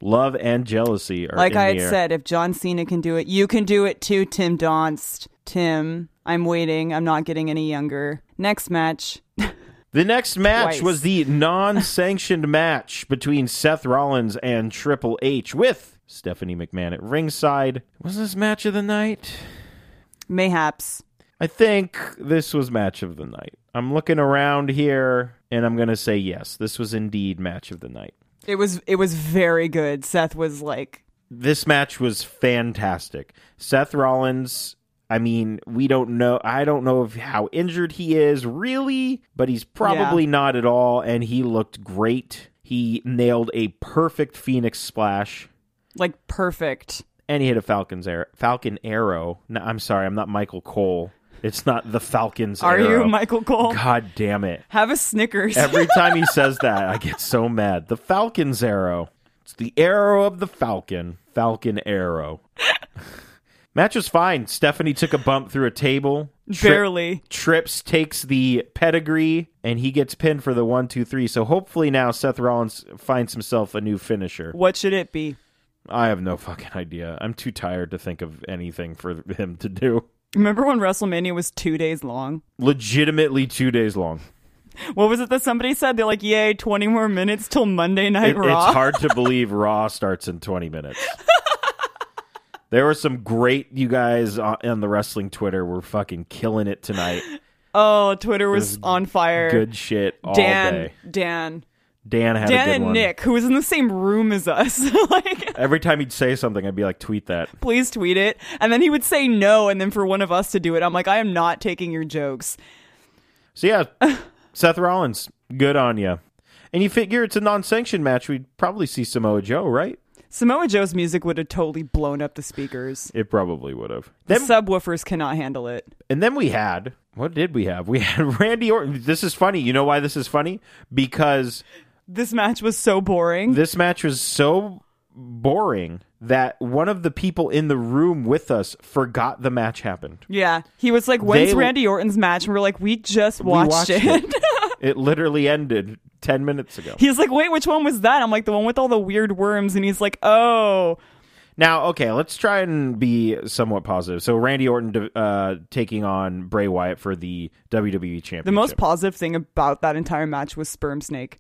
Speaker 3: Love and jealousy are
Speaker 4: Like
Speaker 3: in
Speaker 4: I
Speaker 3: the
Speaker 4: had
Speaker 3: air.
Speaker 4: said, if John Cena can do it, you can do it too, Tim Donst. Tim, I'm waiting. I'm not getting any younger. Next match.
Speaker 3: The next match
Speaker 4: Twice.
Speaker 3: was the non sanctioned match between Seth Rollins and Triple H with Stephanie McMahon at ringside. Was this match of the night?
Speaker 4: Mayhaps.
Speaker 3: I think this was match of the night. I'm looking around here and I'm going to say yes. This was indeed match of the night.
Speaker 4: It was it was very good. Seth was like
Speaker 3: This match was fantastic. Seth Rollins, I mean, we don't know. I don't know if how injured he is really, but he's probably not at all. And he looked great. He nailed a perfect Phoenix splash,
Speaker 4: like perfect.
Speaker 3: and he hit a Falcon's arrow. Falcon arrow. No, I'm sorry, I'm not Michael Cole. It's not the Falcon's
Speaker 4: Are
Speaker 3: arrow.
Speaker 4: you Michael Cole?
Speaker 3: God damn it!
Speaker 4: Have a Snickers.
Speaker 3: Every time he says that, I get so mad. The Falcon's arrow. It's the arrow of the Falcon. Falcon arrow. Match was fine. Stephanie took a bump through a table. Tri-
Speaker 4: Barely.
Speaker 3: Trips takes the pedigree, and he gets pinned for the one, two, three. So hopefully now Seth Rollins finds himself a new finisher.
Speaker 4: What should it be?
Speaker 3: I have no fucking idea. I'm too tired to think of anything for him to do.
Speaker 4: Remember when WrestleMania was two days long?
Speaker 3: Legitimately two days long.
Speaker 4: What was it that somebody said? They're like, "Yay, twenty more minutes till Monday Night
Speaker 3: It-
Speaker 4: Raw."
Speaker 3: It's hard to believe Raw starts in 20 minutes. there were some great you guys on, on the wrestling Twitter were fucking killing it tonight.
Speaker 4: Oh, Twitter was
Speaker 3: It was
Speaker 4: on fire.
Speaker 3: Good shit all
Speaker 4: Dan,
Speaker 3: day.
Speaker 4: Dan,
Speaker 3: Dan had a
Speaker 4: Dan,
Speaker 3: good
Speaker 4: and
Speaker 3: one.
Speaker 4: Nick, who was in the same room as us, like.
Speaker 3: Every time he'd say something, I'd be like, "Tweet that."
Speaker 4: Please tweet it. And then he would say no. And then for one of us to do it, I'm like, I am not taking your jokes.
Speaker 3: So yeah, Seth Rollins, good on you. And you figure it's a non-sanctioned match, we'd probably see Samoa Joe, right?
Speaker 4: Samoa Joe's music would have totally blown up the speakers.
Speaker 3: It probably would have.
Speaker 4: The
Speaker 3: Then
Speaker 4: subwoofers cannot handle it.
Speaker 3: And then we had what did we have? We had Randy Orton. This is funny. You know why this is funny? Because
Speaker 4: This match was so boring.
Speaker 3: this match was so boring that one of the people in the room with us forgot the match happened.
Speaker 4: yeah. He was like, when's
Speaker 3: They-
Speaker 4: Randy Orton's match? And we're like, we just
Speaker 3: We
Speaker 4: watched, it.
Speaker 3: It literally ended 10 minutes ago.
Speaker 4: He's like, wait, which one was that? I'm like, the one with all the weird worms. And he's like, oh,
Speaker 3: Now, okay, let's try and be somewhat positive. So Randy Orton uh, taking on Bray Wyatt for the E WWE Championship.
Speaker 4: the most positive thing about that entire match was Sperm Snake.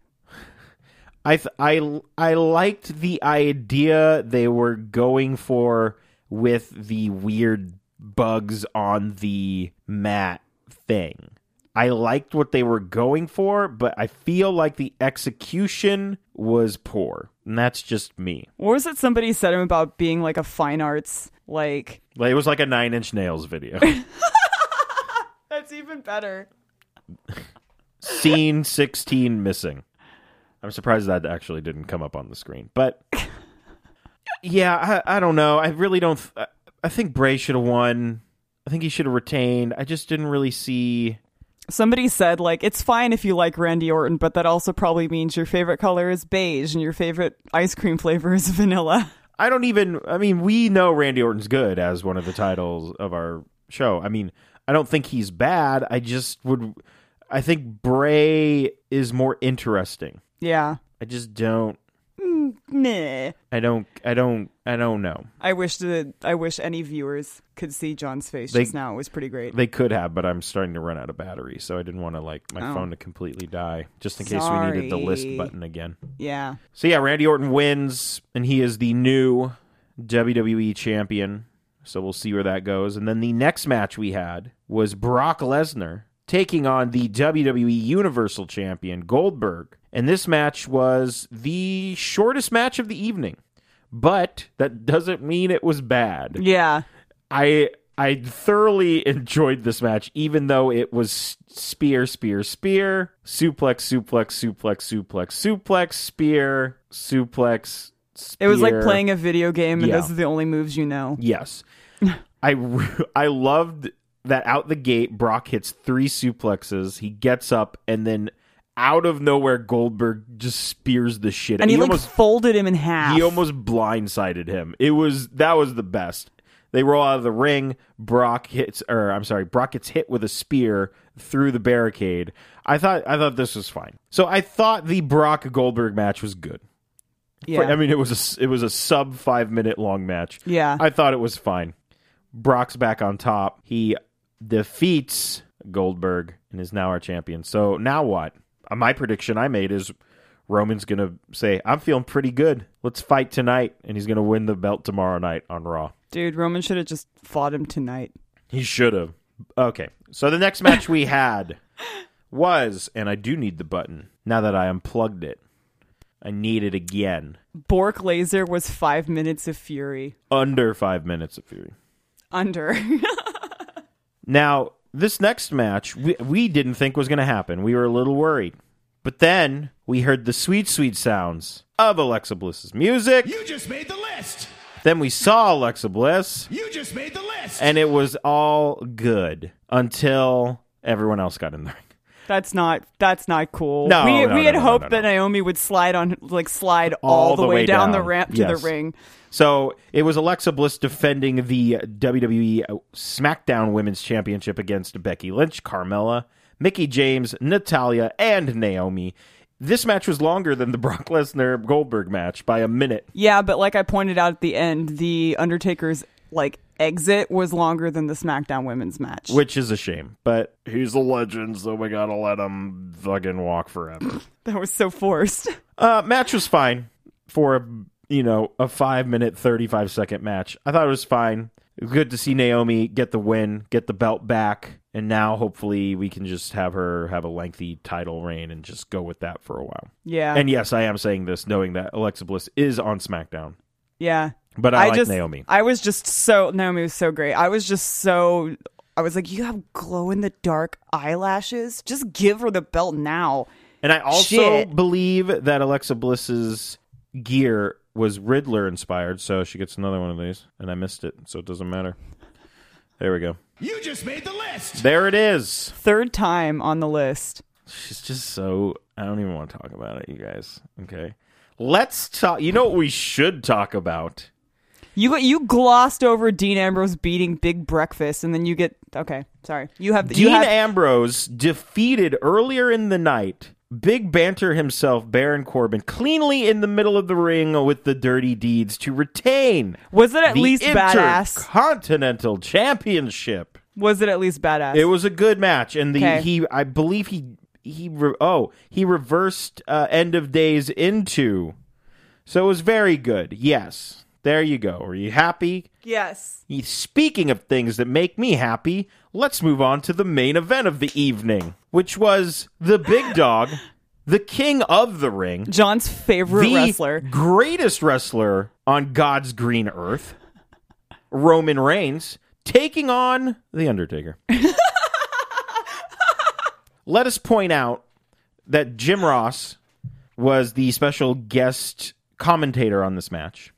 Speaker 3: I th- I I liked the idea they were going for with the weird bugs on the mat thing. I liked what they were going for, but I feel like the execution was poor. And that's just me.
Speaker 4: Or was it somebody said him about being like a fine arts like
Speaker 3: Like, it was like a Nine Inch Nails video.
Speaker 4: that's even better.
Speaker 3: Scene 16 missing. I'm surprised that actually didn't come up on the screen. But yeah, I, I don't know. I really don't. th- I, I think Bray should have won. I think he should have retained. I just didn't really see.
Speaker 4: Somebody said like it's fine if you like Randy Orton, but that also probably means your favorite color is beige and your favorite ice cream flavor is vanilla.
Speaker 3: I don't even. I mean, we know Randy Orton's good as one of the titles of our show. I mean, I don't think he's bad. I just would. I think Bray is more interesting.
Speaker 4: Yeah.
Speaker 3: I just don't.
Speaker 4: Meh.
Speaker 3: I don't. I don't. I don't know.
Speaker 4: I wish that I wish any viewers could see John's face
Speaker 3: They-
Speaker 4: just now. It was pretty great.
Speaker 3: They could have, but I'm starting to run out of battery, so I didn't want to like my
Speaker 4: Oh.
Speaker 3: phone to completely die, just in case we needed the list
Speaker 4: Sorry.
Speaker 3: button again.
Speaker 4: yeah.
Speaker 3: So yeah, Randy Orton wins, and he is the new WWE champion. So we'll see where that goes. And then the next match we had was Brock Lesnar taking on the WWE Universal Champion Goldberg, and this match was the shortest match of the evening. But that doesn't mean it was bad.
Speaker 4: Yeah.
Speaker 3: I I thoroughly enjoyed this match, even though it was spear, spear, spear, suplex, suplex, suplex, suplex, suplex, spear, suplex. Spear.
Speaker 4: It was like playing a video game and
Speaker 3: Yeah.
Speaker 4: those are the only moves you know.
Speaker 3: Yes, I re- I loved that out the gate. Brock hits three suplexes. He gets up and then out of nowhere, Goldberg just spears the shit.
Speaker 4: And he, like
Speaker 3: almost
Speaker 4: folded him in half.
Speaker 3: he almost blindsided him. It was that was the best. They roll out of the ring. Brock hits, or I'm sorry, Brock gets hit with a spear through the barricade. I thought, I thought this was fine. So I thought the Brock Goldberg match was good.
Speaker 4: yeah.
Speaker 3: I mean, it was a, s- it was a sub five minute long match.
Speaker 4: Yeah.
Speaker 3: I thought it was fine. Brock's back on top. He defeats Goldberg and is now our champion. So now what? Uh, My prediction I made is Roman's going to say, I'm feeling pretty good. Let's fight tonight. And he's going to win the belt tomorrow night on Raw.
Speaker 4: Dude, Roman should have just fought him tonight.
Speaker 3: He should have. Okay. So the next match we had was, and I do need the button now that I unplugged it. I need it again.
Speaker 4: Bork Laser was five minutes of fury.
Speaker 3: Under five minutes of fury.
Speaker 4: Under.
Speaker 3: Now, this next match we, we didn't think was going to happen. We were a little worried. But then we heard the sweet, sweet sounds of Alexa Bliss's music.
Speaker 2: You just made the list.
Speaker 3: Then we saw Alexa Bliss,
Speaker 2: You just made the list.
Speaker 3: and it was all good until everyone else got in the ring.
Speaker 4: that's not that's not cool.
Speaker 3: No,
Speaker 4: we
Speaker 3: no,
Speaker 4: we
Speaker 3: no,
Speaker 4: had
Speaker 3: no, no,
Speaker 4: hoped
Speaker 3: no,
Speaker 4: that
Speaker 3: no.
Speaker 4: Naomi would slide on like slide all,
Speaker 3: All
Speaker 4: the,
Speaker 3: the
Speaker 4: way,
Speaker 3: way
Speaker 4: down, the
Speaker 3: down.
Speaker 4: ramp to
Speaker 3: Yes.
Speaker 4: the ring.
Speaker 3: So it was Alexa Bliss defending the WWE SmackDown Women's Championship against Becky Lynch, Carmella, Mickey James, Natalia, and Naomi. This match was longer than the Brock Lesnar Goldberg match by a minute.
Speaker 4: Yeah, but like I pointed out at the end, the Undertaker's like exit was longer than the SmackDown women's match.
Speaker 3: Which is a shame, but he's a legend, so we gotta let him fucking walk forever.
Speaker 4: that was so forced.
Speaker 3: uh, match was fine for a you know a five minute thirty five second match. I thought it was fine. Good to see Naomi get the win, get the belt back, and now hopefully we can just have her have a lengthy title reign and just go with that for a while.
Speaker 4: Yeah.
Speaker 3: And yes, I am saying this knowing that Alexa Bliss is on SmackDown,
Speaker 4: yeah.
Speaker 3: but I, like
Speaker 4: just
Speaker 3: Naomi.
Speaker 4: I was just so Naomi was so great. I was just so I was like, you have glow in the dark eyelashes. Just give her the belt now.
Speaker 3: And I also
Speaker 4: Shit.
Speaker 3: believe that Alexa Bliss's gear was Riddler inspired, so she gets another one of these. And I missed it, so it doesn't matter. There we go.
Speaker 2: you just made the list.
Speaker 3: There it is.
Speaker 4: Third time on the list.
Speaker 3: She's just so. I don't even want to talk about it, you guys. Okay. Let's talk. You know what we should talk about?
Speaker 4: You you glossed over Dean Ambrose beating Big Breakfast, and then you get okay. Sorry, you have you
Speaker 3: Dean
Speaker 4: have
Speaker 3: Ambrose defeated earlier in the night Big Banter himself, Baron Corbin, cleanly in the middle of the ring with the dirty deeds to retain
Speaker 4: was it at
Speaker 3: the
Speaker 4: least badass?
Speaker 3: Intercontinental Championship.
Speaker 4: Was it at least badass?
Speaker 3: It was a good match, and the
Speaker 4: Okay.
Speaker 3: he I believe he he re, oh he reversed uh, end of days into, so it was very good. Yes, there you go. Are you happy?
Speaker 4: yes.
Speaker 3: Speaking of things that make me happy, let's move on to the main event of the evening, which was the big dog, the king of the ring,
Speaker 4: John's favorite
Speaker 3: the
Speaker 4: wrestler.
Speaker 3: greatest wrestler on God's green earth, Roman Reigns, taking on The Undertaker. Let us point out that Jim Ross was the special guest commentator on this match,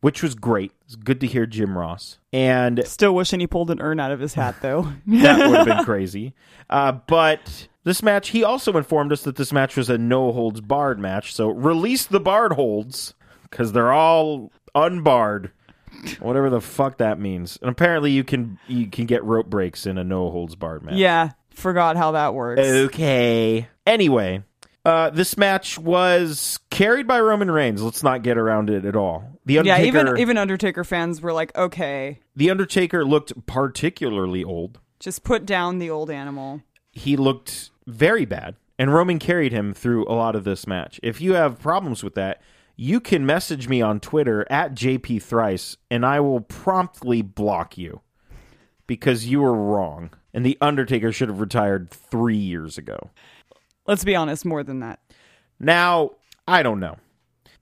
Speaker 3: which was great. It's good to hear Jim Ross. And
Speaker 4: Still wishing he pulled an urn out of his hat, though.
Speaker 3: that would have been crazy. Uh, but this match, he also informed us that this match was a no holds barred match. So release the barred holds because they're all unbarred, whatever the fuck that means. And apparently, you can you can get rope breaks in a no holds barred match.
Speaker 4: yeah, forgot how that works.
Speaker 3: Okay. Anyway, uh, this match was carried by Roman Reigns. Let's not get around it at all. The
Speaker 4: yeah,
Speaker 3: Undertaker,
Speaker 4: even even Undertaker fans were like, okay,
Speaker 3: the Undertaker looked particularly old.
Speaker 4: just put down the old animal.
Speaker 3: he looked very bad, and Roman carried him through a lot of this match. If you have problems with that, you can message me on Twitter at JP Thrice, and I will promptly block you because you were wrong. And The Undertaker should have retired three years ago.
Speaker 4: Let's be honest, more than that.
Speaker 3: Now, I don't know.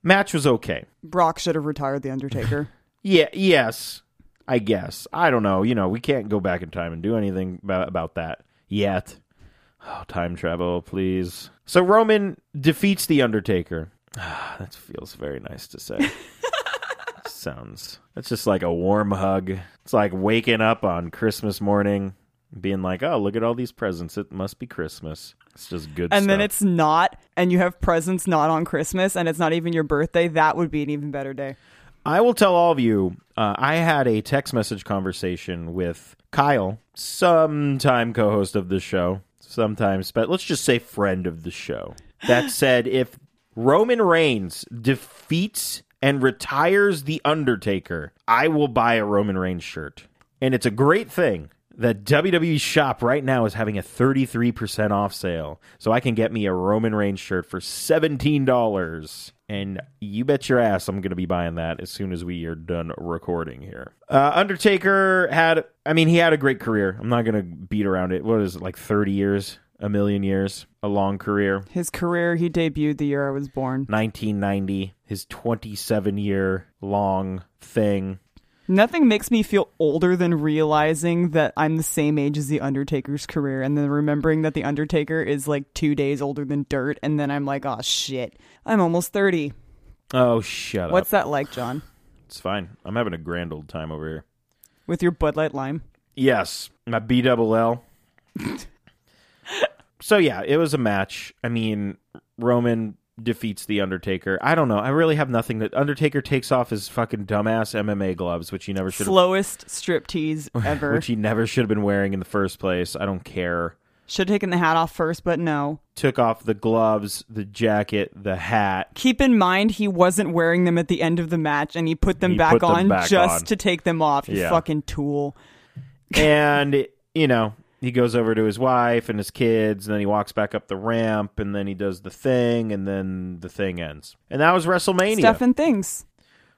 Speaker 3: Match was okay.
Speaker 4: Brock should have retired the Undertaker.
Speaker 3: Yeah, yes, I guess. I don't know. You know, we can't go back in time and do anything about, about that yet. Oh, time travel, please. So Roman defeats The Undertaker. Ah, that feels very nice to say. Sounds. That's just like a warm hug. It's like waking up on Christmas morning, being like, oh, look at all these presents. It must be Christmas. It's just good
Speaker 4: and
Speaker 3: stuff.
Speaker 4: then it's not, and you have presents not on Christmas, and it's not even your birthday. That would be an even better day.
Speaker 3: I will tell all of you, uh, I had a text message conversation with Kyle, sometime co host of the show, sometimes, but let's just say friend of the show, that said, if Roman Reigns defeats and retires The Undertaker, I will buy a Roman Reigns shirt. And it's a great thing that WWE Shop right now is having a 33% off sale. So I can get me a Roman Reigns shirt for $17. And you bet your ass I'm going to be buying that as soon as we are done recording here. Uh, Undertaker had, I mean, he had a great career. I'm not going to beat around it. What is it, like 30 years? A million years? A long career?
Speaker 4: His career, he debuted the year I was born.
Speaker 3: 1990, his 27 year long thing.
Speaker 4: Nothing makes me feel older than realizing that I'm the same age as The Undertaker's career, and then remembering that The Undertaker is like two days older than dirt, and then I'm like, oh shit, I'm almost 30.
Speaker 3: Oh, shut
Speaker 4: What's
Speaker 3: up.
Speaker 4: that like, John?
Speaker 3: It's fine. I'm having a grand old time over here.
Speaker 4: With your Bud Light Lime?
Speaker 3: Yes, my B double L. so yeah, it was a match. I mean, Roman defeats the Undertaker. I don't know. I really have nothing. That Undertaker takes off his fucking dumbass MMA gloves, which he never should have,
Speaker 4: Slowest striptease ever.
Speaker 3: which he never should have been wearing in the first place. I don't care.
Speaker 4: Should have taken the hat off first, but no.
Speaker 3: Took off the gloves, the jacket, the hat.
Speaker 4: Keep in mind he wasn't wearing them at the end of the match, and he put them
Speaker 3: He
Speaker 4: back
Speaker 3: put them
Speaker 4: on
Speaker 3: back
Speaker 4: just
Speaker 3: on.
Speaker 4: to take them off. You
Speaker 3: Yeah.
Speaker 4: fucking tool.
Speaker 3: and you know he goes over to his wife and his kids and then he walks back up the ramp and then he does the thing and then the thing ends and that was wrestlemania
Speaker 4: Stuff and things.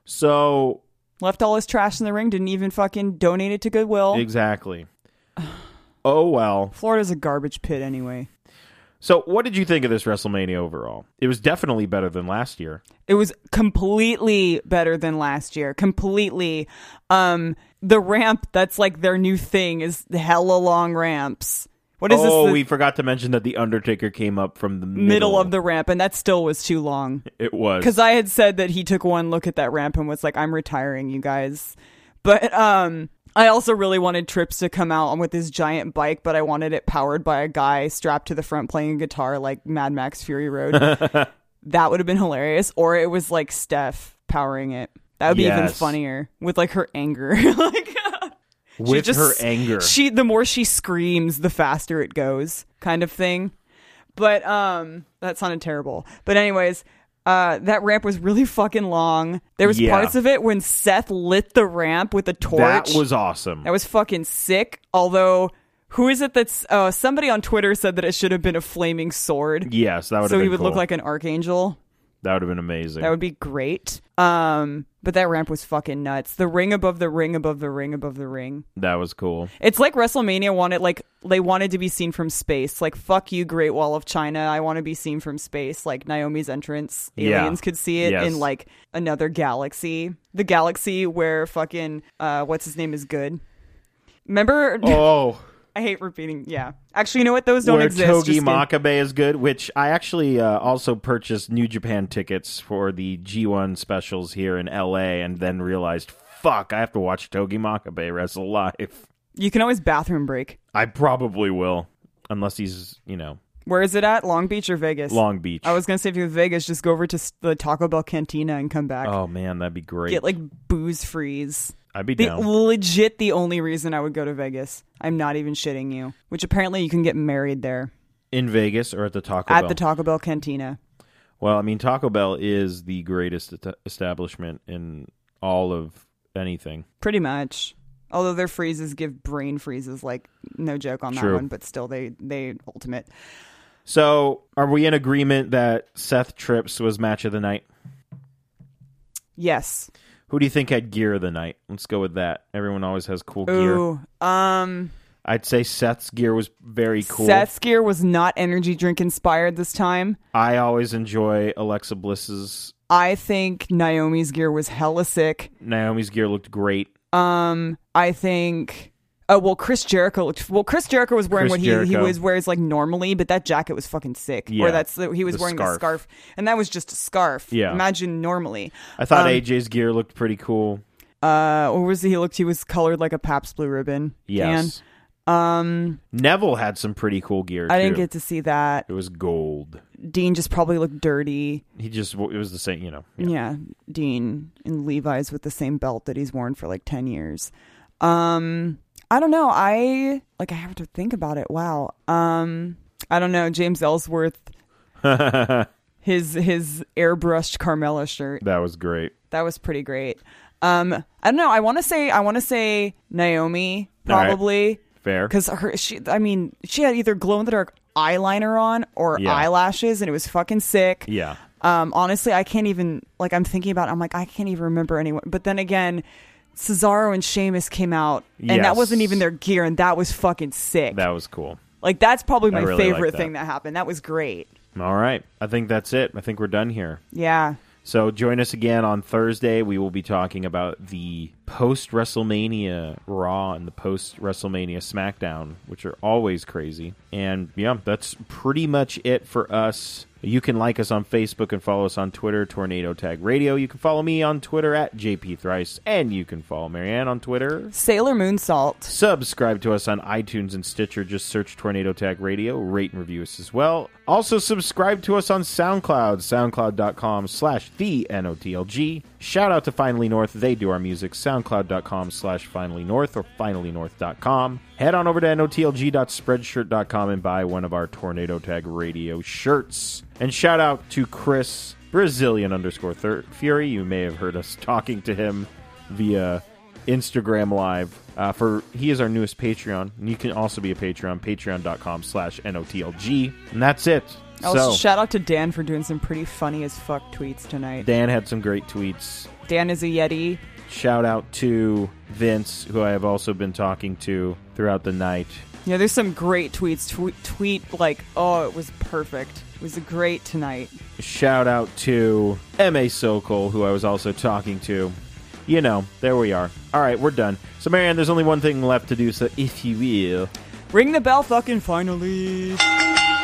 Speaker 3: so
Speaker 4: Left all his trash in the ring. Didn't even fucking donate it to Goodwill.
Speaker 3: exactly oh well
Speaker 4: Florida's a garbage pit anyway.
Speaker 3: so what did you think of this wrestlemania overall it was definitely better than last year
Speaker 4: It was completely better than last year. Completely. Um, the ramp that's like their new thing is the hella long ramps. What is
Speaker 3: oh
Speaker 4: this? the
Speaker 3: we forgot to mention that the undertaker came up from the middle,
Speaker 4: middle of the ramp, and that still was too long.
Speaker 3: it was
Speaker 4: because uh, I had said that he took one look at that ramp and was like, "I'm retiring, you guys." But um, I also really wanted Trips to come out with his giant bike, but I wanted it powered by a guy strapped to the front playing guitar like Mad Max Fury Road. that would have been hilarious, or it was like Steph powering it. That would be even
Speaker 3: Yes.
Speaker 4: funnier with like her anger, like she
Speaker 3: with
Speaker 4: just-
Speaker 3: her anger
Speaker 4: She the more she screams, the faster it goes, kind of thing. But um that sounded terrible. But anyways, uh that ramp was really fucking long. There was
Speaker 3: Yeah.
Speaker 4: parts of it when Seth lit the ramp with a torch.
Speaker 3: that was awesome
Speaker 4: that was fucking sick. Although who is it that's uh somebody on Twitter said that it should have been a flaming sword.
Speaker 3: yes that would
Speaker 4: so
Speaker 3: have
Speaker 4: he
Speaker 3: been
Speaker 4: would
Speaker 3: cool.
Speaker 4: look like an archangel.
Speaker 3: That would have been amazing.
Speaker 4: That would be great. Um, but that ramp was fucking nuts. The ring above the ring above the ring above the ring.
Speaker 3: that was cool.
Speaker 4: It's like WrestleMania wanted like they wanted to be seen from space. Like fuck you, Great Wall of China. I want to be seen from space. Like Naomi's entrance,
Speaker 3: Yeah.
Speaker 4: aliens could see it
Speaker 3: Yes.
Speaker 4: in like another galaxy, the galaxy where fucking uh, what's his name is good. Remember,
Speaker 3: Oh,
Speaker 4: I hate repeating. Yeah, actually, you know what? Those don't
Speaker 3: where
Speaker 4: exist.
Speaker 3: Togi
Speaker 4: Just kidding.
Speaker 3: Makabe is good, which I actually uh, also purchased New Japan tickets for the G1 specials here in LA and then realized, fuck, I have to watch Togi Makabe wrestle live.
Speaker 4: you can always bathroom break.
Speaker 3: I probably will, unless he's, you know,
Speaker 4: Where is it at? Long Beach or Vegas?
Speaker 3: Long Beach.
Speaker 4: I was gonna say if you're in Vegas, just go over to s- the Taco Bell Cantina and come back.
Speaker 3: oh, man, that'd be great.
Speaker 4: Get like booze freeze.
Speaker 3: I'd be
Speaker 4: The
Speaker 3: down.
Speaker 4: legit the only reason I would go to Vegas. I'm not even shitting you. Which apparently you can get married there
Speaker 3: in Vegas or at the Taco
Speaker 4: at
Speaker 3: Bell?
Speaker 4: the Taco Bell Cantina.
Speaker 3: Well, I mean, Taco Bell is the greatest et- establishment in all of anything.
Speaker 4: Pretty much. Although their freezes give brain freezes, like no joke on that
Speaker 3: True.
Speaker 4: one, but still they they ultimate.
Speaker 3: So, are we in agreement that Seth Trips was match of the night?
Speaker 4: Yes.
Speaker 3: Who do you think had gear of the night? Let's go with that. Everyone always has cool gear.
Speaker 4: Ooh. Um
Speaker 3: I'd say Seth's gear was very cool.
Speaker 4: Seth's gear was not energy drink inspired this time.
Speaker 3: I always enjoy Alexa Bliss's.
Speaker 4: I think Naomi's gear was hella sick.
Speaker 3: Naomi's gear looked great.
Speaker 4: Um, I think. Oh well, Chris Jericho. Looked, well, Chris Jericho was wearing
Speaker 3: Chris
Speaker 4: what he he
Speaker 3: Jericho.
Speaker 4: was wears like normally, but that jacket was fucking sick.
Speaker 3: Yeah.
Speaker 4: Or that's he was
Speaker 3: The
Speaker 4: wearing the
Speaker 3: scarf.
Speaker 4: scarf, and that was just a scarf.
Speaker 3: Yeah.
Speaker 4: Imagine normally.
Speaker 3: I thought
Speaker 4: Um,
Speaker 3: AJ's gear looked pretty cool.
Speaker 4: Uh, what was he looked? He was colored like a Pabst Blue Ribbon.
Speaker 3: Yes.
Speaker 4: Um,
Speaker 3: Neville had some pretty cool gear.
Speaker 4: I didn't
Speaker 3: too.
Speaker 4: get to see that.
Speaker 3: It was gold.
Speaker 4: Dean just probably looked dirty.
Speaker 3: He just it was the same. You know.
Speaker 4: Yeah.
Speaker 3: Yeah.
Speaker 4: Dean in Levi's with the same belt that he's worn for like 10 years. Um I don't know. I like I have to think about it. Wow. Um I don't know. James Ellsworth his his airbrushed Carmella shirt.
Speaker 3: That was great.
Speaker 4: That was pretty great. Um I don't know. I want to say I want to say Naomi
Speaker 3: All right.
Speaker 4: probably
Speaker 3: Fair.
Speaker 4: cuz her she I mean, she had either glow in the dark eyeliner on or
Speaker 3: Yeah.
Speaker 4: eyelashes and it was fucking sick.
Speaker 3: Yeah.
Speaker 4: Um, honestly, I can't even like I'm thinking about. It, I'm like I can't even remember anyone. But then again, Cesaro and Sheamus came out, and that
Speaker 3: Yes.
Speaker 4: wasn't even their gear, and that was fucking sick.
Speaker 3: That was cool.
Speaker 4: like that's probably my
Speaker 3: really like
Speaker 4: favorite
Speaker 3: that.
Speaker 4: thing that happened. That was great.
Speaker 3: All right. I think that's it. I think we're done here.
Speaker 4: Yeah,
Speaker 3: So join us again on Thursday. We will be talking about the post WrestleMania Raw and the post WrestleMania SmackDown, which are always crazy. And yeah, that's pretty much it for us. You can like us on Facebook and follow us on Twitter, Tornado Tag Radio. You can follow me on Twitter at JP Thrice, and you can follow Marianne on Twitter.
Speaker 4: Sailor Moon Salt.
Speaker 3: Subscribe to us on iTunes and Stitcher. Just search Tornado Tag Radio. Rate and review us as well. Also, subscribe to us on SoundCloud, soundcloud.com slash the N-O-T-L-G. Shout out to Finally North. They do our music, soundcloud.com slash Finally North or finallynorth.com. Head on over to notlg.spreadshirt.com and buy one of our Tornado Tag Radio shirts. And shout out to Chris Brazilian underscore thir- Fury. You may have heard us talking to him via Instagram Live uh, for he is our newest Patreon. And you can also be a Patreon, patreon.com slash N-O-T-L-G. And that's it.
Speaker 4: Also,
Speaker 3: so
Speaker 4: Oh, shout out to Dan for doing some pretty funny as fuck tweets tonight.
Speaker 3: Dan had some great tweets.
Speaker 4: Dan is a yeti.
Speaker 3: Shout out to Vince, who I have also been talking to throughout the night.
Speaker 4: Yeah, there's some great tweets. Tweet, tweet like, oh, it was perfect. It was great tonight.
Speaker 3: Shout out to M.A. Sokol, who I was also talking to. You know, there we are. All right, we're done. So, Marianne, there's only one thing left to do, so if you will.
Speaker 4: Ring the bell, fucking finally.